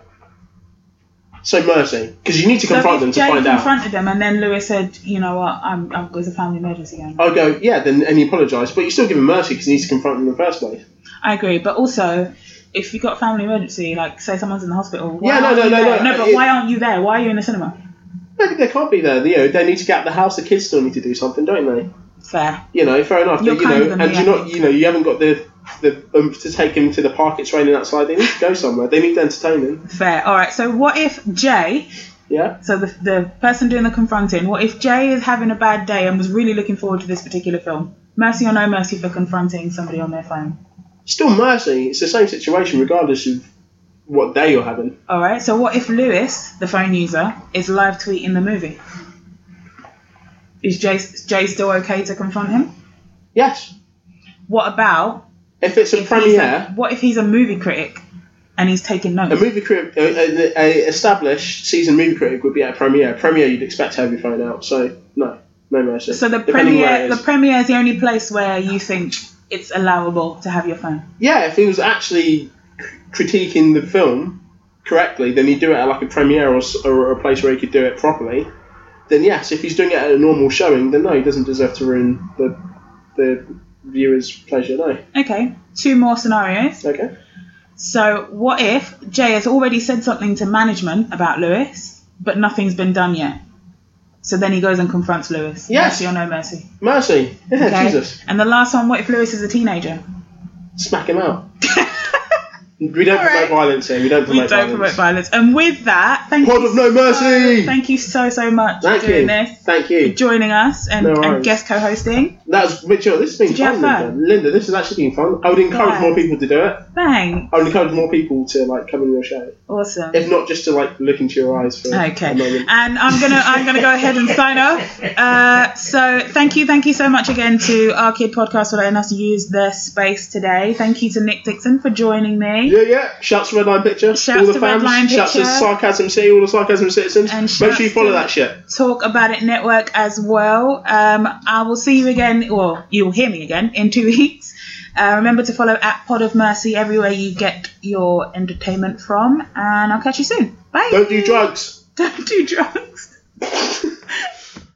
So mercy, because you need to
So
confront
if
them to
Jay
find out.
confronted them, and then Lewis said, "You know what? I'm, I'm there's a family emergency going on."
I'll go, yeah, then and you apologise, but you still give him mercy because you need to confront them in the first place.
I agree, but also. If you got a family emergency, like say someone's in the hospital, why
Yeah, no,
aren't
no,
you
no,
there?
no,
but
it-
why aren't you there? Why are you in the cinema?
Maybe they can't be there. You know, they need to get out of the house. The kids still need to do something, don't they?
Fair.
You know, fair enough.
You're
but, you
kinder
know,
than
and
me,
you're
I
not.
think.
You know, you haven't got the the oomph to take them to the park. It's raining outside. They need to go somewhere. They need entertaining.
Fair. All right. So what if Jay?
Yeah.
So the the person doing the confronting. What if Jay is having a bad day and was really looking forward to this particular film? Mercy or no mercy for confronting somebody on their phone.
Still mercy. It's the same situation regardless of what day you're having.
All right. So what if Lewis, the phone user, is live tweeting the movie? Is Jay Jay still okay to confront him?
Yes.
What about
If it's a
if he's
premiere.
a- what if he's a movie critic and he's taking
A
notes?
movie critic, a, a, a established seasoned movie critic would be at a premiere. Premiere, you'd expect to have your phone out, so no, no mercy.
So the
Depending where
premiere
it
the
is.
premiere is the only place where you think it's allowable to have your phone.
yeah, if he was actually c- critiquing the film correctly, then he'd do it at like a premiere or, s- or a place where he could do it properly. Then yes, if he's doing it at a normal showing, then no, he doesn't deserve to ruin the the viewer's pleasure. No,
Okay, two more scenarios.
okay.
So, what if Jay has already said something to management about Lewis, but nothing's been done yet? So then he goes and confronts Lewis.
Yes.
Mercy or no mercy.
Mercy, yeah,
Okay?
Jesus,
And the last one, what if Lewis is a teenager?
smack him out. We don't promote
Alright.
violence here. We don't
We
promote
don't promote
violence.
violence. And with that, thank
Pod
you
of no mercy.
So, thank you so so much
Thank
for doing
you.
this,
Thank
for
you.
joining us, and,
No worries.
and guest co-hosting.
That's Richard. This has been
Did you
fun,
have
Linda. Linda. This has actually been fun. I would encourage
Yeah.
more people to do it.
Bang,
I would encourage more people to like come in your show,
awesome.
if not just to like look into your eyes for a
Okay,
moment.
and I'm gonna I'm gonna go ahead and sign off. Uh, so thank you, thank you so much again to our kid podcast for letting us use their space today. Thank you to Nick Dixon for joining me.
Yeah, yeah. Shouts to Redline Picture.
Shouts
all the
to
fans.
Redline
Shouts to
Picture.
Sarcasm City. All the Sarcasm Citizens.
And
Make sure you
shouts
follow
to-
that shit.
Talk About It Network as well. Um, I will see you again, or you'll hear me again in two weeks. Uh, remember to follow at Pod of Mercy everywhere you get your entertainment from, and I'll catch you soon. Bye.
Don't do drugs.
Don't do drugs.